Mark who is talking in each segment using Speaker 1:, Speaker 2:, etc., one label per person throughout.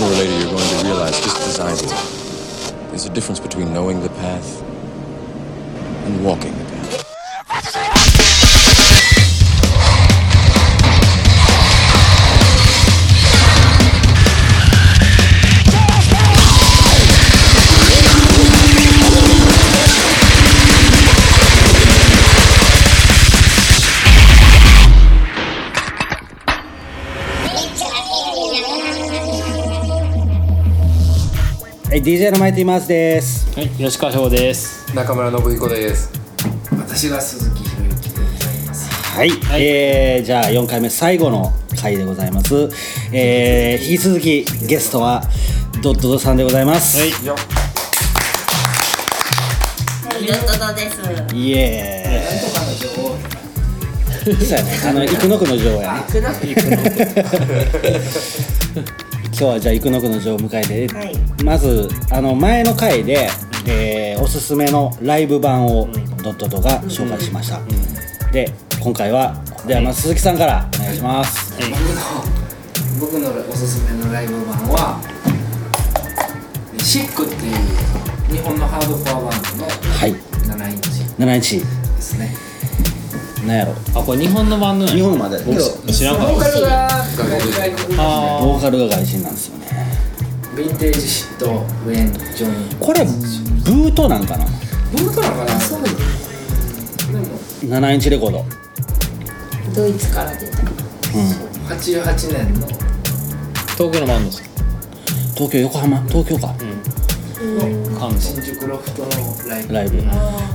Speaker 1: or later you're going to realize just as I did. There's a difference between knowing the path and walking the path.
Speaker 2: はい、DJ のマイティマースです。
Speaker 3: はい、吉川翔です。
Speaker 4: 中村信彦です私は鈴木博之でございます
Speaker 2: はい、
Speaker 3: い
Speaker 2: えーじゃあ4回目最後の回でございます。えー、引き続きゲストはドッドドさんでございます。
Speaker 3: はい
Speaker 4: よ
Speaker 5: はい、ドットドです。
Speaker 2: イエーイ。そうやね、あの生野区の女王やね。
Speaker 5: くな
Speaker 2: 今日はじゃあ生野区の女王を迎えて、
Speaker 5: はい
Speaker 2: まずあの前の回で、えーおすすめのライブ版をドットドが紹介しました。で今回はではまず鈴木さんからお願いします。
Speaker 4: 僕の僕のおすすめのライブ版はシックっていう日本のハードコアバンドの
Speaker 2: はい、
Speaker 4: 7インチ
Speaker 2: 7日
Speaker 4: ですね
Speaker 2: なんやろ。
Speaker 3: あ、これ日本のバンドなん
Speaker 2: 日
Speaker 3: や。
Speaker 2: 本まで
Speaker 3: 僕知らんかった
Speaker 4: ボー
Speaker 3: で
Speaker 4: カ
Speaker 3: す。
Speaker 4: ルが外国人
Speaker 3: あ
Speaker 2: ボーカルが外人なんですよね
Speaker 4: ヴィンテージシットウェン・ジョニー
Speaker 2: これブートなんかな
Speaker 4: ボルトなのかなそうでも
Speaker 2: 7インチレコード
Speaker 5: ドイツから出た。
Speaker 4: 88年の
Speaker 3: ー東京のバンドです。
Speaker 2: 東京横浜東京か、
Speaker 3: 関東。
Speaker 4: 新宿ロフトのライブ
Speaker 2: ライブい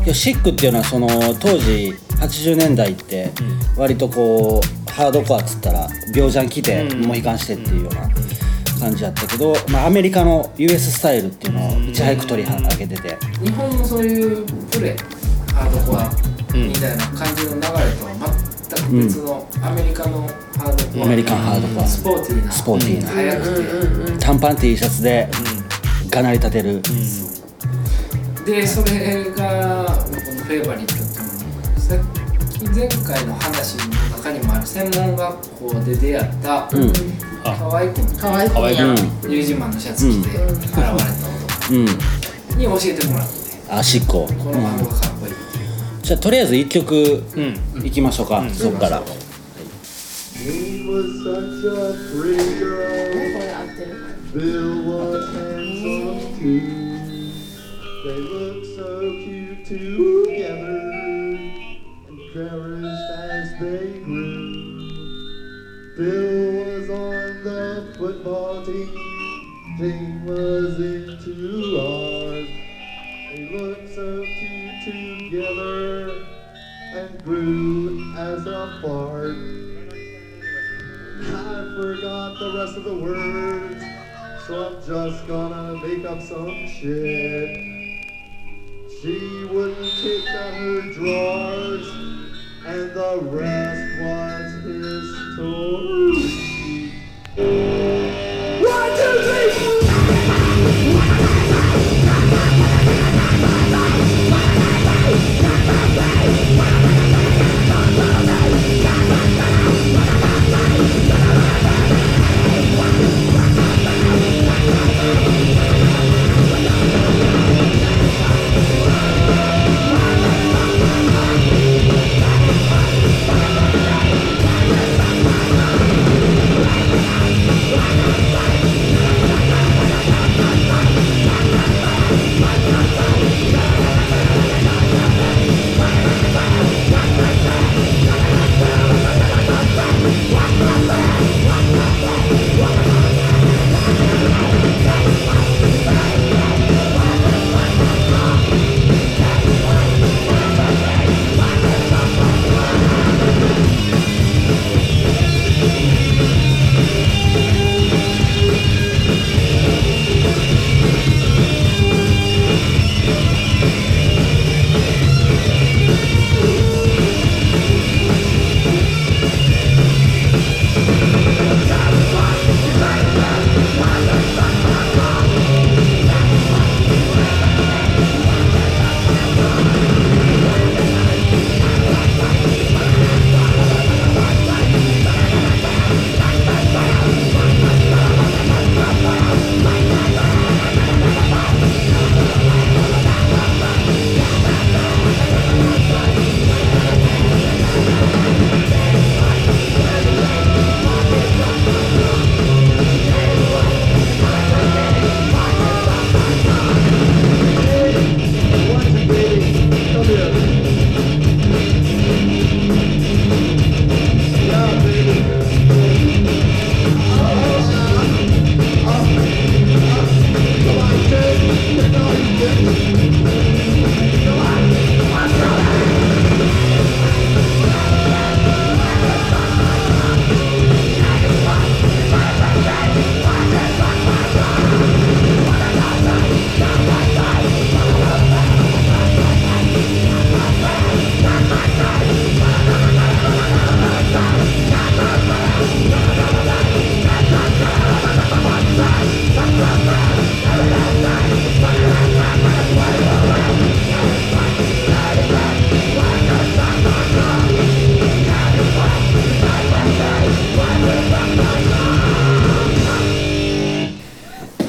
Speaker 2: やシックっていうのはその当時80年代って割とこうハードコアっつったら病ジャン着て
Speaker 3: うん
Speaker 2: モヒカンしてっていうような感じやったけど、まあ、アメリカの US スタイルっていうのをいち早く取り上げてて
Speaker 4: 日本のそういうプレハードコアみたいな感じの流れとは全く別のアメリカのハードコア
Speaker 2: アメリカンハードコア
Speaker 4: スポーティーな
Speaker 2: スポーティーな
Speaker 4: 速くて、
Speaker 2: 短パン T シャツでがなり立てる、
Speaker 4: でそれが僕のフェイバリットっていうのさっき前回の話の中にもある専門学校で出会った
Speaker 2: うん
Speaker 4: 可愛い子
Speaker 5: 可愛い
Speaker 3: 可
Speaker 5: 子
Speaker 3: 愛い
Speaker 5: や
Speaker 3: 子
Speaker 5: ん。
Speaker 4: の U 字マンのシャツ着て現れた男
Speaker 2: うん
Speaker 4: に教えてもらって
Speaker 2: あシックを
Speaker 4: このハードがかっこいいっていう
Speaker 2: じゃあとりあえず1曲いきましょうか、そっから、
Speaker 6: He was such a pretty girl.
Speaker 5: これ合ってる。
Speaker 6: Bill was handsome too. They looked so cute together and cherished as they grew. Bill was on the football team. Jane was into art. They looked so cute together and grew as a part. I forgot the rest of the words, so I'm just gonna make up some shit. She wouldn't take out her drawers, and the rest was his story. One, two, three, four. One, two, three, four.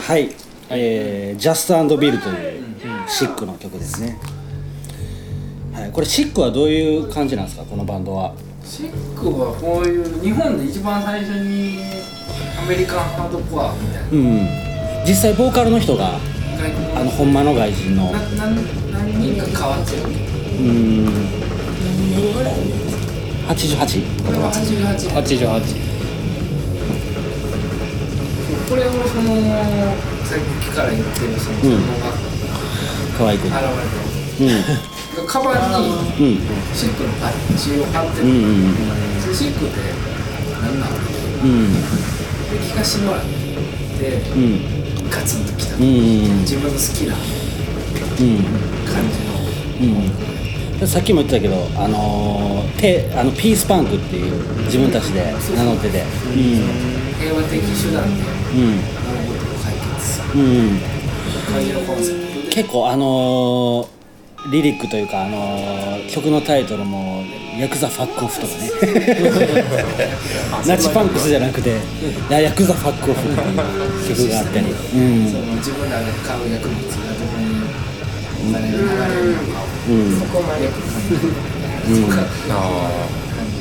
Speaker 2: はい、えー、ジャストビルというシックの曲ですね、はい、これシックはどういう感じなんですかこのバンドは
Speaker 4: シックはこういう日本で一番最初にアメリカンハードコアみたい
Speaker 2: うん実際ボーカルの人が
Speaker 4: な外国
Speaker 2: あのほんまの外人の
Speaker 4: なな何人か変わってる
Speaker 2: うん88
Speaker 4: これは88
Speaker 3: 八十八。
Speaker 4: これをそのさっきから言ってるその
Speaker 2: うん
Speaker 4: 専門学
Speaker 2: 可愛く
Speaker 4: 校に現れてる、カバン
Speaker 2: う
Speaker 4: に
Speaker 2: んうん
Speaker 4: シックのパッチを貼って
Speaker 2: う
Speaker 4: る、
Speaker 2: んうん
Speaker 4: でシックって何なの
Speaker 2: う
Speaker 4: で
Speaker 2: ん
Speaker 4: 聞かしてもらって
Speaker 2: うん
Speaker 4: ガツンときた、
Speaker 2: うんうん
Speaker 4: 自分の好きな
Speaker 2: う
Speaker 4: 感じ
Speaker 2: んうんさっきも言ってたけど、あのー、てあのピースパンクっていう自分たちで名乗ってて
Speaker 4: の平和的手段で
Speaker 2: うんうん
Speaker 4: 物事を解決す
Speaker 2: う
Speaker 4: る
Speaker 2: ん、
Speaker 4: 感じのコンセプトで
Speaker 2: 結構あのー、リリックというか、あのー、曲のタイトルも「ヤクザファックオフ」とかね ナチパンクスじゃなくて「ヤクザファックオフ」っていう曲があったり、うん
Speaker 4: その自分らが買う薬物がどこにお金が流れるのかを
Speaker 2: うん、
Speaker 4: そこまでよく考えてとか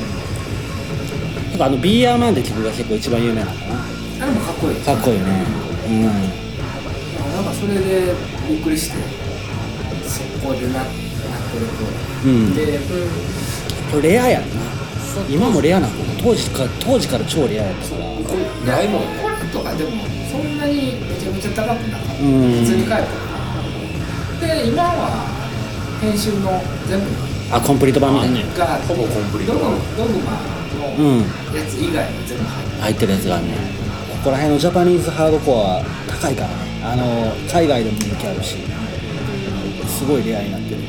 Speaker 2: なんかあの「ビーアーマン」って曲が結構一番有名なのかな
Speaker 4: あれもかっこいい
Speaker 2: かっこいいねうん
Speaker 4: なんかそれでびっくりして速攻でななってると、
Speaker 2: うん
Speaker 4: で
Speaker 2: これレアやんな今もレアなの当時から当時から超レアやったから
Speaker 4: これないもんこれとかでもそんなにめちゃめちゃ高くなかった、
Speaker 2: うん
Speaker 4: 普通に買えたで今は編集の全部
Speaker 2: あコンプリート版みたいな
Speaker 4: がほぼコンプリートドグドグマ
Speaker 2: うん
Speaker 4: のやつ以外も全部入って
Speaker 2: 入ってるやつがあるねここら辺のジャパニーズハードコアは高いからねあの海外でも人気あるしすごいレアになってる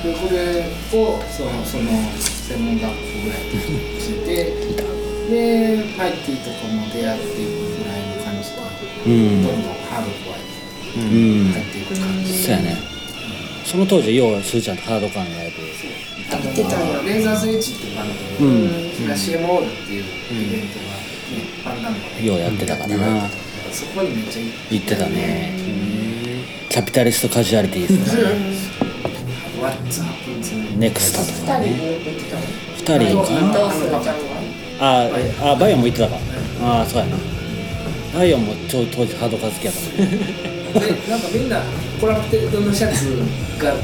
Speaker 4: でこれをそのその専門学校ぐらいで聞いてでパイティとかも出会っていくぐらいの感じで、
Speaker 2: うん
Speaker 4: どんどんハードコア
Speaker 2: う
Speaker 4: に
Speaker 2: ん
Speaker 4: 入っていく感じ、
Speaker 2: そうやねその当時要はすーちゃんとハードコアのライ
Speaker 4: あのレーザースイッチっていうバンド
Speaker 2: う
Speaker 4: で、
Speaker 2: ん
Speaker 4: それから CMO っていうイベントが、ね、バンダムが
Speaker 2: ブ
Speaker 4: ね
Speaker 2: ようやってたからな
Speaker 4: そこにめっちゃ
Speaker 2: 行ってたねキャピタリストカジュアリティーズとかね
Speaker 4: What's Happens
Speaker 2: ネクスタとかね
Speaker 4: あ
Speaker 2: 2人かな
Speaker 4: どうするか
Speaker 2: あえあバイオンも行ってたかああそうやなバイオンもちょ当時ハードカ好きやったも んね
Speaker 4: でなんかみんなコラプテッドのシャツが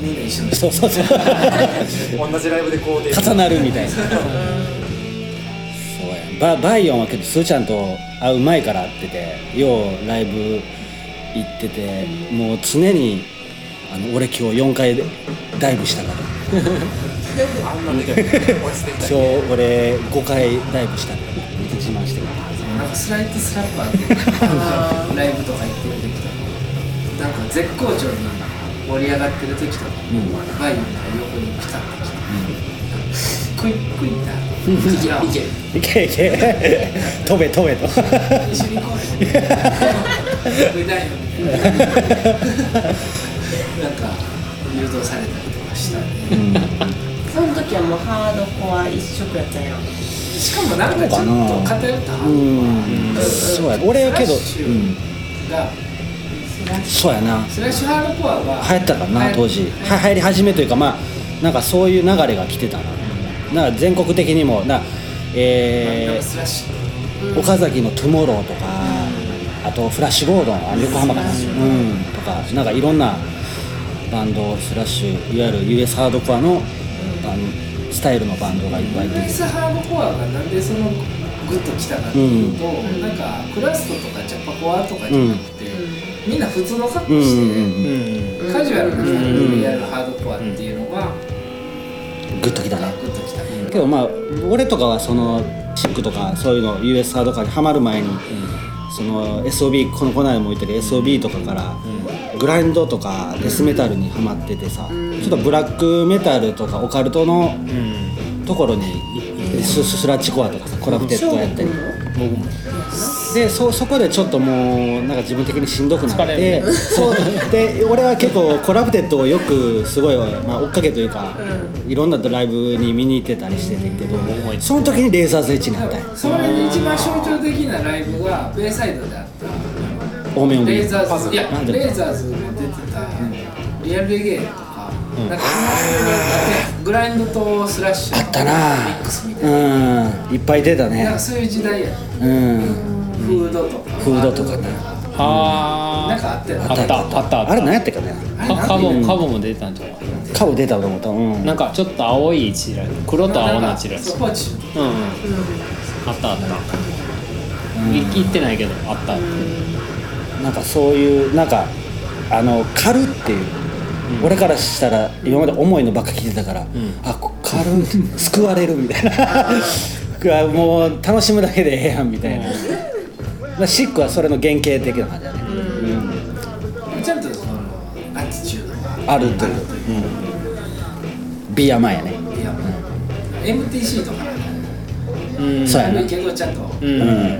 Speaker 4: みんな一緒に
Speaker 2: そうそうそう
Speaker 7: 同じライブでこうで
Speaker 2: 重なるみたいなそうやババイオンはけどすーちゃんと会う前から会っててようライブ行っててもう常にあの俺今日4回ダイブしたから
Speaker 7: あんなでかいおやつで
Speaker 2: 今日俺5回ダイブしたからめっちゃ自慢してる
Speaker 4: なんかスライドスラッパーっていうライブとか行ってる時とかなんか絶好調に盛り上がってる時とか、バイオンが横にピタッと来て、クイックイッだいけいけ
Speaker 2: いけいけ飛べ飛べと
Speaker 4: 一緒に行こうよ食いたいよみたいななんか誘導されたりとかしたね
Speaker 5: その時はもうハードコア一色やったやん
Speaker 4: しかもなんかちょっと偏った
Speaker 2: うんそうや俺やけど
Speaker 4: スラッシュが
Speaker 2: そうやな
Speaker 4: スラッシュハードコアが
Speaker 2: 流行ったからな当時は流行り始めというかまあなんかそういう流れが来てたななんか全国的にもな
Speaker 4: なん
Speaker 2: え
Speaker 4: かスラッシュ
Speaker 2: ー、岡崎の「トゥモロー」とかあと「フラッシュゴードン」あの横浜かな、うん、とかなんかいろんなバンドスラッシュいわゆる US ハードコアのバンスタイルのバンドがいっぱい出
Speaker 4: ベー
Speaker 2: て
Speaker 4: スハードコアがなんでそのグッときたかっていうと、なんかクラストとかジャパコアとかじゃなくて、みんな普通の格
Speaker 2: う
Speaker 4: 好
Speaker 2: んう
Speaker 4: して、
Speaker 2: んうん
Speaker 4: カジュアルな感じでやるハードコアっていうのが、
Speaker 2: グッときた
Speaker 4: な
Speaker 2: ね
Speaker 4: んかグッときた、
Speaker 2: けどまあ俺とかはそのシックとかそういうの US ハードカーにハマる前に、その SOB このこの間も言ったけど SOB とかから、グラインドとかデスメタルにハマっててさ、ちょっとブラックメタルとかオカルトのところに、スススラッチコアとかさコラプテッドやったり、
Speaker 3: 僕も。
Speaker 2: でそそこでちょっともうなんか自分的にしんどくなっ
Speaker 3: 疲れ
Speaker 2: て
Speaker 3: るね
Speaker 2: そうで俺は結構コラプテッドをよくすごい、まあ、追っかけというか、いろんなライブに見に行ってたりしててんけどその時にレーザーズエッジになったんや
Speaker 4: それで一番象徴的なライブがベイサイドであった
Speaker 2: 多め多
Speaker 4: レー
Speaker 2: め
Speaker 4: ザーズいや
Speaker 2: なんで
Speaker 4: レーザーズも出てたリアルレゲエとか、なんかグラインドとスラッシュ
Speaker 2: あったな
Speaker 4: ミックスみたい
Speaker 2: うんいっぱい出た
Speaker 4: ななん
Speaker 2: ね
Speaker 4: かそういう時代やった
Speaker 2: うん
Speaker 4: フードとか
Speaker 2: フードとかね
Speaker 3: あ
Speaker 4: なん
Speaker 3: ー
Speaker 4: かあったよ
Speaker 3: あったあったあった
Speaker 2: あれ何やったかね
Speaker 3: かカモカモも出てたんじゃない
Speaker 2: 顔出たと思ったうん
Speaker 3: なんかちょっと青いチラシ黒と青のチラシ
Speaker 4: スポーチ
Speaker 3: うんうんあったあった行き行ってないけどあったあっ
Speaker 2: なんかそういうなんかあの軽っていう、俺からしたら今まで重いのばっか聞いてたから、あこ軽い救われるみたいな 僕はもう楽しむだけでええやんみたいな、まあ、シックはそれの原型的な感じだね、
Speaker 4: ちゃんとそのアティチュードが
Speaker 2: あるという、うん、ビアマやね、
Speaker 4: いやもう MTC とかなんか
Speaker 3: たうん
Speaker 2: そうや
Speaker 4: ある
Speaker 2: ね
Speaker 4: けどちゃんと
Speaker 3: うん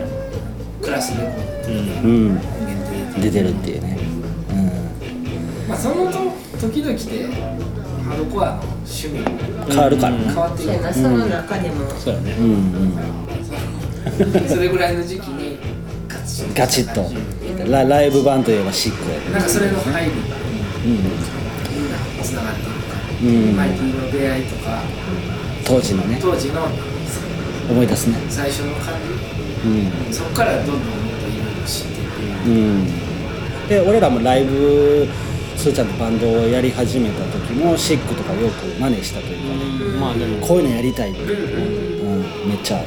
Speaker 4: クラスレコード
Speaker 2: うん
Speaker 4: 限定
Speaker 2: 出てるっていうね、
Speaker 4: まあその時々でハードコアの趣味も
Speaker 2: うん、変わるから
Speaker 4: 変
Speaker 2: な、
Speaker 4: わってい
Speaker 5: そうや
Speaker 4: く
Speaker 5: なその中でも、
Speaker 3: そうやね
Speaker 2: うんうん、
Speaker 4: それぐらいの時期にガチッ
Speaker 2: ガチッとラライブ版といえばシックやね
Speaker 4: なんかそれの入りがみんなつながっていくから IT の出会いとか
Speaker 2: 当時のね
Speaker 4: 当時の
Speaker 2: 思い出すね
Speaker 4: 最初の感じそこからどんどんもっといろいろ知っていく
Speaker 2: うん、で俺らもライブすーちゃんとバンドをやり始めた時もシックとかよく真似したというかね、
Speaker 3: まあでも
Speaker 2: こういうのやりたいっていうのが、うん、めっちゃあっ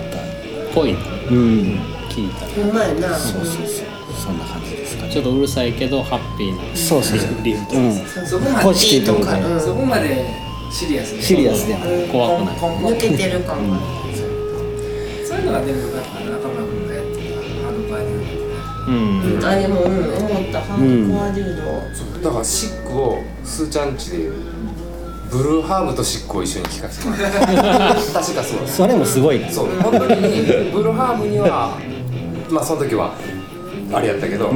Speaker 2: た
Speaker 3: 濃い
Speaker 2: うん
Speaker 3: 聞いたら
Speaker 5: ほんまやな
Speaker 2: そうそうそうそんな感じですかね
Speaker 3: ちょっとうるさいけどハッピーな
Speaker 2: そうそうそう
Speaker 3: リズムと
Speaker 2: うん
Speaker 4: そこま
Speaker 2: ポ
Speaker 4: で
Speaker 2: ジティブで
Speaker 4: そこまでシリアスに
Speaker 2: シリアスで
Speaker 3: 怖くない
Speaker 5: 抜けてるかも、
Speaker 4: そういうのがでもなんか中村君がやってたあのバイ
Speaker 3: うん
Speaker 5: あでも、うん、思ったハードコアデュード、
Speaker 8: だからシックをスーちゃんちでいうブルーハーブとシックを一緒に聴かせてもらった 確かそうです
Speaker 2: それもすごいな
Speaker 8: そう本当にブルーハーブにはまあその時はあれやったけど、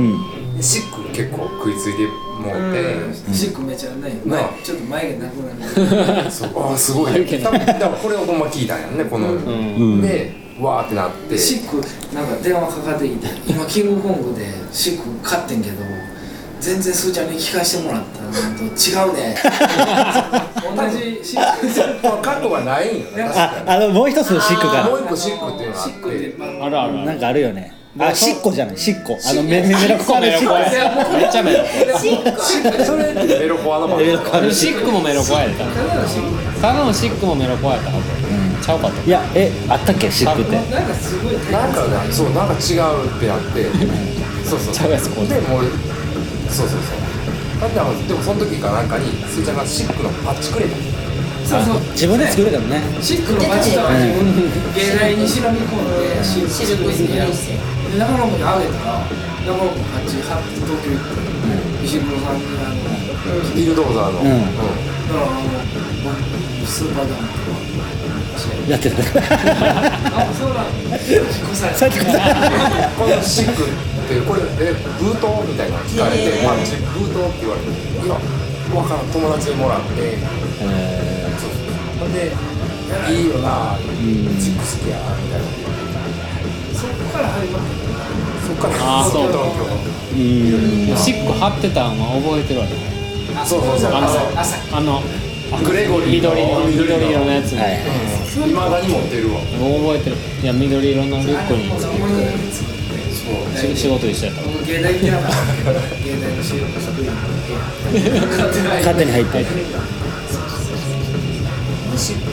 Speaker 8: シック結構食いついてもうて、
Speaker 4: ブシックめちゃない
Speaker 8: な
Speaker 4: 前
Speaker 8: い
Speaker 4: ちょっと前がなくなる
Speaker 8: そうああすごいね多分だからこれをほんま聞いたんやんねこの、でわーってなって
Speaker 4: シックなんか電話かかってきて今キングコングでシック勝ってんけど全然スーちゃんに聞かせてもらったのと違うね同じシック
Speaker 8: まあ過去はないんよね確
Speaker 2: あ
Speaker 8: か
Speaker 2: あのもう一つのシック
Speaker 8: にも
Speaker 2: が
Speaker 8: う一個シックっていうのがあ
Speaker 4: シ
Speaker 8: っ
Speaker 4: ックっててまあ
Speaker 3: あるあるあ
Speaker 2: な
Speaker 3: る
Speaker 2: んかあるよねあシッコじゃないシッコあのめめめろく
Speaker 3: コ
Speaker 2: さ
Speaker 3: メ
Speaker 2: れ
Speaker 3: ロ
Speaker 2: シッ
Speaker 3: コや
Speaker 2: コ
Speaker 3: めっちゃメロ
Speaker 8: それってメロコアのバンド
Speaker 3: コやシックもメロコやった
Speaker 4: ただのシック
Speaker 3: ただのシックもメロコやったはずちゃうかと
Speaker 2: いやえあったっけシックって
Speaker 4: なんかすごい
Speaker 8: なんかねそうなんか違うってなってそうそう
Speaker 3: ちゃうやつこう
Speaker 8: でもうそうそうそうだってあのでもその時かなんかにスイちゃんがシックのパッチくれた
Speaker 4: そうそう
Speaker 2: 自分で作れたのね
Speaker 4: シックのバチとは自分の芸大に忍び込んでシ
Speaker 5: シルクス
Speaker 4: にやる
Speaker 5: にして
Speaker 4: で中野君にあげたら中野君が8張って東京行って石黒さんにあの
Speaker 8: ビルドーザーの、
Speaker 2: うん
Speaker 4: だからあのスーパーダムと
Speaker 2: やって た
Speaker 4: かあそうなんだ引っ越され
Speaker 2: さっきこそ
Speaker 8: このシックってこれえブートみたいなの聞かれて「パッチブート」って言われていや分からん友達にもらってそうそうほんで「いいよなシック好きや」みたいな
Speaker 4: そこから始まった
Speaker 8: そっから
Speaker 3: あーそう
Speaker 8: 東
Speaker 3: シック貼ってたんは覚えてるわけね
Speaker 8: 京そうそうそう
Speaker 3: あの
Speaker 4: 朝
Speaker 3: あの
Speaker 8: グレゴリーの
Speaker 3: 緑の緑
Speaker 8: 緑
Speaker 3: 色
Speaker 8: の
Speaker 3: のやつ
Speaker 2: はいはい
Speaker 3: ね
Speaker 8: いまだに持ってるわ
Speaker 3: 覚えてるいや緑色のリュックに仕仕事一緒やった
Speaker 4: 僕芸大行ってなかった芸大の収録職員の勝手な
Speaker 2: 勝手に入って
Speaker 8: シック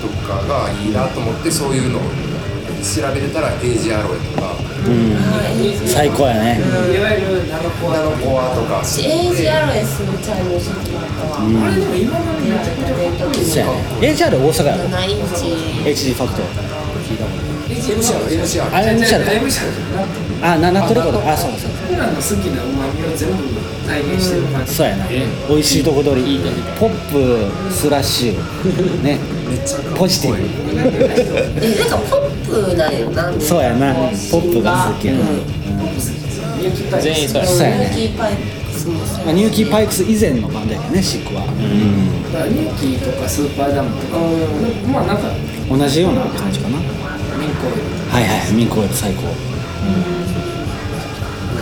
Speaker 8: とかがいいなと思ってそういうのを調べてたらエイジアロエとか
Speaker 2: 最高やね
Speaker 4: いわゆるナノコア
Speaker 8: 女の子はとか
Speaker 5: 私エイジアロエスみたいに教えてもらったわ、うん、
Speaker 4: あれでも今まで
Speaker 5: 出会った時
Speaker 2: そうや
Speaker 5: に
Speaker 2: ね HR 大阪やろ
Speaker 5: 7インチ
Speaker 2: HD ファクト
Speaker 4: 一
Speaker 8: MC ある MC ある
Speaker 2: あれ MC だっ
Speaker 4: ムシャじゃなくて
Speaker 2: たあ7トルコだあそうだそう
Speaker 4: 僕らの好きなうまみを全部体現してる感
Speaker 2: だ
Speaker 4: じ
Speaker 2: そうやな美味しいとこ取りポップスラッシュね
Speaker 8: めっちゃ
Speaker 2: ポジティブ
Speaker 5: えなんかポップップなんよなんで
Speaker 2: そうやな
Speaker 5: こ
Speaker 2: ポップが好きやな
Speaker 5: うん
Speaker 4: ニューキーパイ
Speaker 3: 全員そうや
Speaker 2: そうやね
Speaker 5: ニューキーパイクスもそうや
Speaker 2: まあ
Speaker 5: ね
Speaker 2: ニューキー・パイクス以前のバンドやねシックは、
Speaker 4: だからニューキーとかスーパーダムとか、まあなんか
Speaker 2: 同じような感じかなは
Speaker 4: ミンコ
Speaker 2: いはいミンコイル最高
Speaker 4: が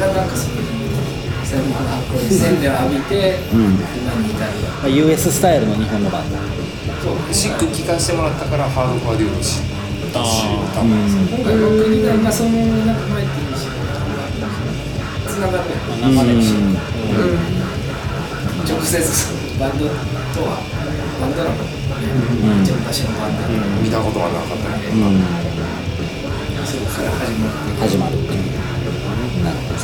Speaker 4: なんかその洗脳がこういう洗礼を浴びて、今に至
Speaker 2: ま
Speaker 4: る
Speaker 2: あ US スタイルの日本のバンド
Speaker 7: シック聞かせてもらったからハードコアデューにした
Speaker 3: あ
Speaker 7: んですよ
Speaker 4: 今回の国が今そのなんか前っていうしつながってる
Speaker 3: ーまあ流れるし
Speaker 4: 直接そのバンドとはバンドなの一応昔のバンドなの
Speaker 7: 見たことがなかったんで、
Speaker 4: そこから始まって
Speaker 2: 始まるっていうなるほど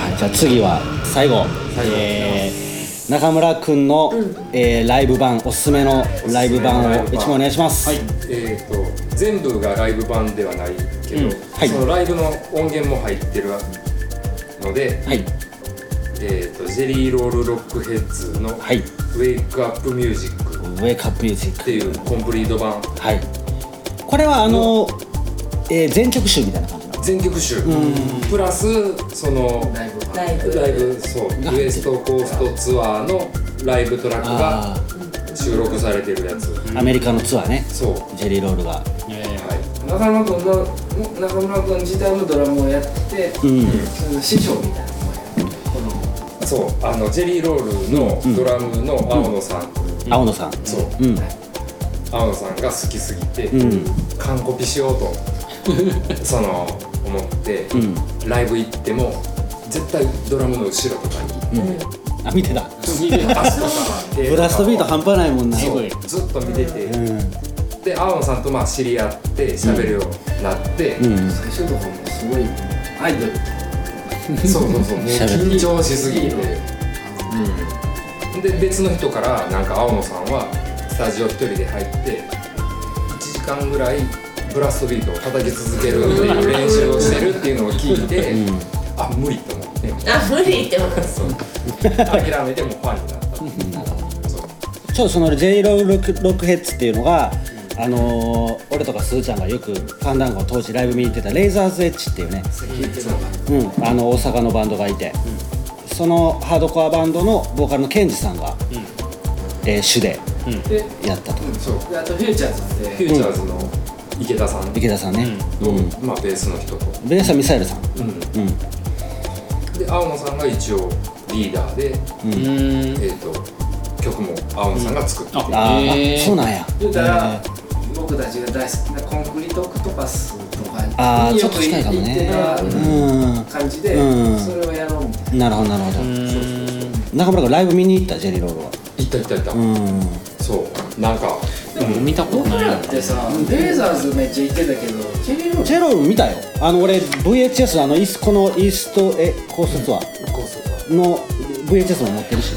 Speaker 2: はいじゃあ次は最後えー中村くんの、えーライブ版おすすめのライブ版を一番お願いします、
Speaker 8: はい、えー、と全部がライブ版ではないけど、
Speaker 2: はい
Speaker 8: そのライブの音源も入ってるので、
Speaker 2: はい
Speaker 8: えー、とジェリーロールロックヘッズの「ウ
Speaker 2: はい
Speaker 8: ェイクアップミュージック」
Speaker 2: ウェイクアップミュージッ
Speaker 8: っていうコンプリート版
Speaker 2: クはいこれはあの、えー全曲集みたいな感じなの
Speaker 8: 全曲集プラスその
Speaker 4: ライブが
Speaker 5: ライブ
Speaker 8: ライブそうウエストコーストツアーのライブトラックが
Speaker 2: あ
Speaker 8: 収録されてるやつ
Speaker 2: ーアメリカのツアーね
Speaker 8: そう
Speaker 2: ジェリーロールが
Speaker 4: 中村君が中村君自体もドラムをやって、
Speaker 2: うん
Speaker 4: その師匠みたいなもんやこの
Speaker 8: そうあのジェリーロールのドラムの青野さん、
Speaker 2: 青野さん
Speaker 8: そう
Speaker 2: うん
Speaker 8: 青野さんが好きすぎて、
Speaker 2: うん
Speaker 8: 完コピしようと その思って、
Speaker 2: ん
Speaker 8: ライブ行っても絶対ドラムの後ろとかに、
Speaker 2: あ見てた
Speaker 8: 足とか手とかを
Speaker 2: ブラストビート半端ないもんな
Speaker 8: そううんずっと見てて、で青野さんとまあ知り合って喋るようになって、
Speaker 2: うん
Speaker 4: 最初とかもすごいアイドル
Speaker 8: そうそう そうもう
Speaker 2: 喋る
Speaker 8: 緊張しすぎて、うん、で別の人からなんか青野さんはスタジオ一人で入って1時間ぐらいブラストビートを叩き続けるって いう練習をしてるっていうのを聞いて、あ無理と思って
Speaker 5: あ無理って思った
Speaker 8: 諦めてもうファンになった
Speaker 2: そうそのジェイロールロックロックヘッズっていうのが、あのー俺とかすーちゃんがよくファンダンゴ当時ライブ見に行ってたレイザーズエッジっていうね、うん、あの大阪のバンドがいて、そのハードコアバンドのボーカルのケンジさんが、えー主で
Speaker 4: で
Speaker 2: やったと、
Speaker 8: そう
Speaker 4: であとフューチャーズって
Speaker 8: フューチャーズの池田さんと、
Speaker 2: 池田さんね、
Speaker 8: まあ、ベースの人と、
Speaker 2: ベースはミサイルさん、うん
Speaker 8: で青野さんが一応リーダーで、えー、と曲も青野さんが作って、
Speaker 2: あー、
Speaker 3: へー
Speaker 2: あそうなんや
Speaker 4: 言うたら僕たちが大好きなコンクリートオクトパスと
Speaker 2: あ
Speaker 4: か
Speaker 2: ー
Speaker 4: に
Speaker 2: ちょっ
Speaker 4: よく
Speaker 2: と近いかも
Speaker 4: 行って
Speaker 2: ねう
Speaker 4: た感じで
Speaker 2: うん
Speaker 4: それをやろうみたいな
Speaker 2: な
Speaker 4: ん
Speaker 2: るほどなるほど中村君ライブ見に行ったジェリーロールは
Speaker 8: 行った行った行った、
Speaker 2: うん
Speaker 8: そうなんか
Speaker 3: 見たこと
Speaker 4: 僕
Speaker 3: ない
Speaker 4: らってさレーザーズめっちゃ行ってたけどジェリーロー
Speaker 2: ジェロール見たよあの俺 VHS のあのイスこのイーストえコースツアーの VHS も持ってるし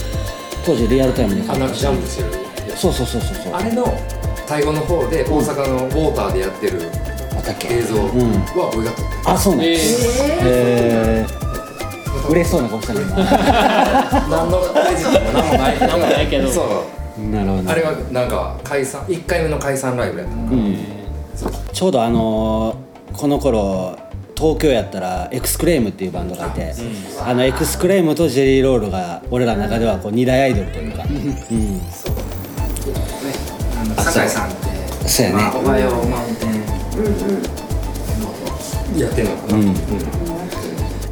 Speaker 2: 当時リアルタイムで買っ
Speaker 8: 鼻
Speaker 2: た
Speaker 8: ジャンプしてるやつ
Speaker 2: そうそうそうそうそうあ
Speaker 8: あれの最後の方で大阪のウォーターでやってる
Speaker 2: ったっけ
Speaker 8: 映像
Speaker 2: うん
Speaker 8: は俺が撮って
Speaker 2: あそうなんやえー嬉しそうな顔したね
Speaker 8: 何の大事にも何もない
Speaker 3: 何もないけど
Speaker 8: そう
Speaker 2: 今 なるほど
Speaker 8: あれはなんか解散1回目の解散ライブやったのかな
Speaker 2: ちょうどあのーこの頃東京やったらエクスクレームっていうバンドがいてあのエクスクレームとジェリーロールが俺らの中ではこう二大アイドルというかうん
Speaker 4: あの酒井さんって
Speaker 2: そうやね
Speaker 4: まあおはようマウンテン
Speaker 8: やってんのか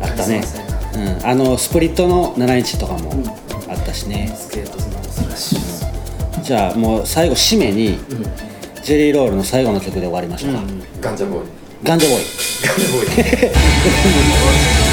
Speaker 8: な、
Speaker 2: あったね、うん、あのスプリットの7インチとかもあったしね、
Speaker 4: スケートスマホスラッシュ
Speaker 2: じゃあもう最後締めに、ジェリーロールの最後の曲で終わりましょうか、
Speaker 8: ガンジャボーイ
Speaker 2: ガンジャボーイ
Speaker 8: ガンジャボーイ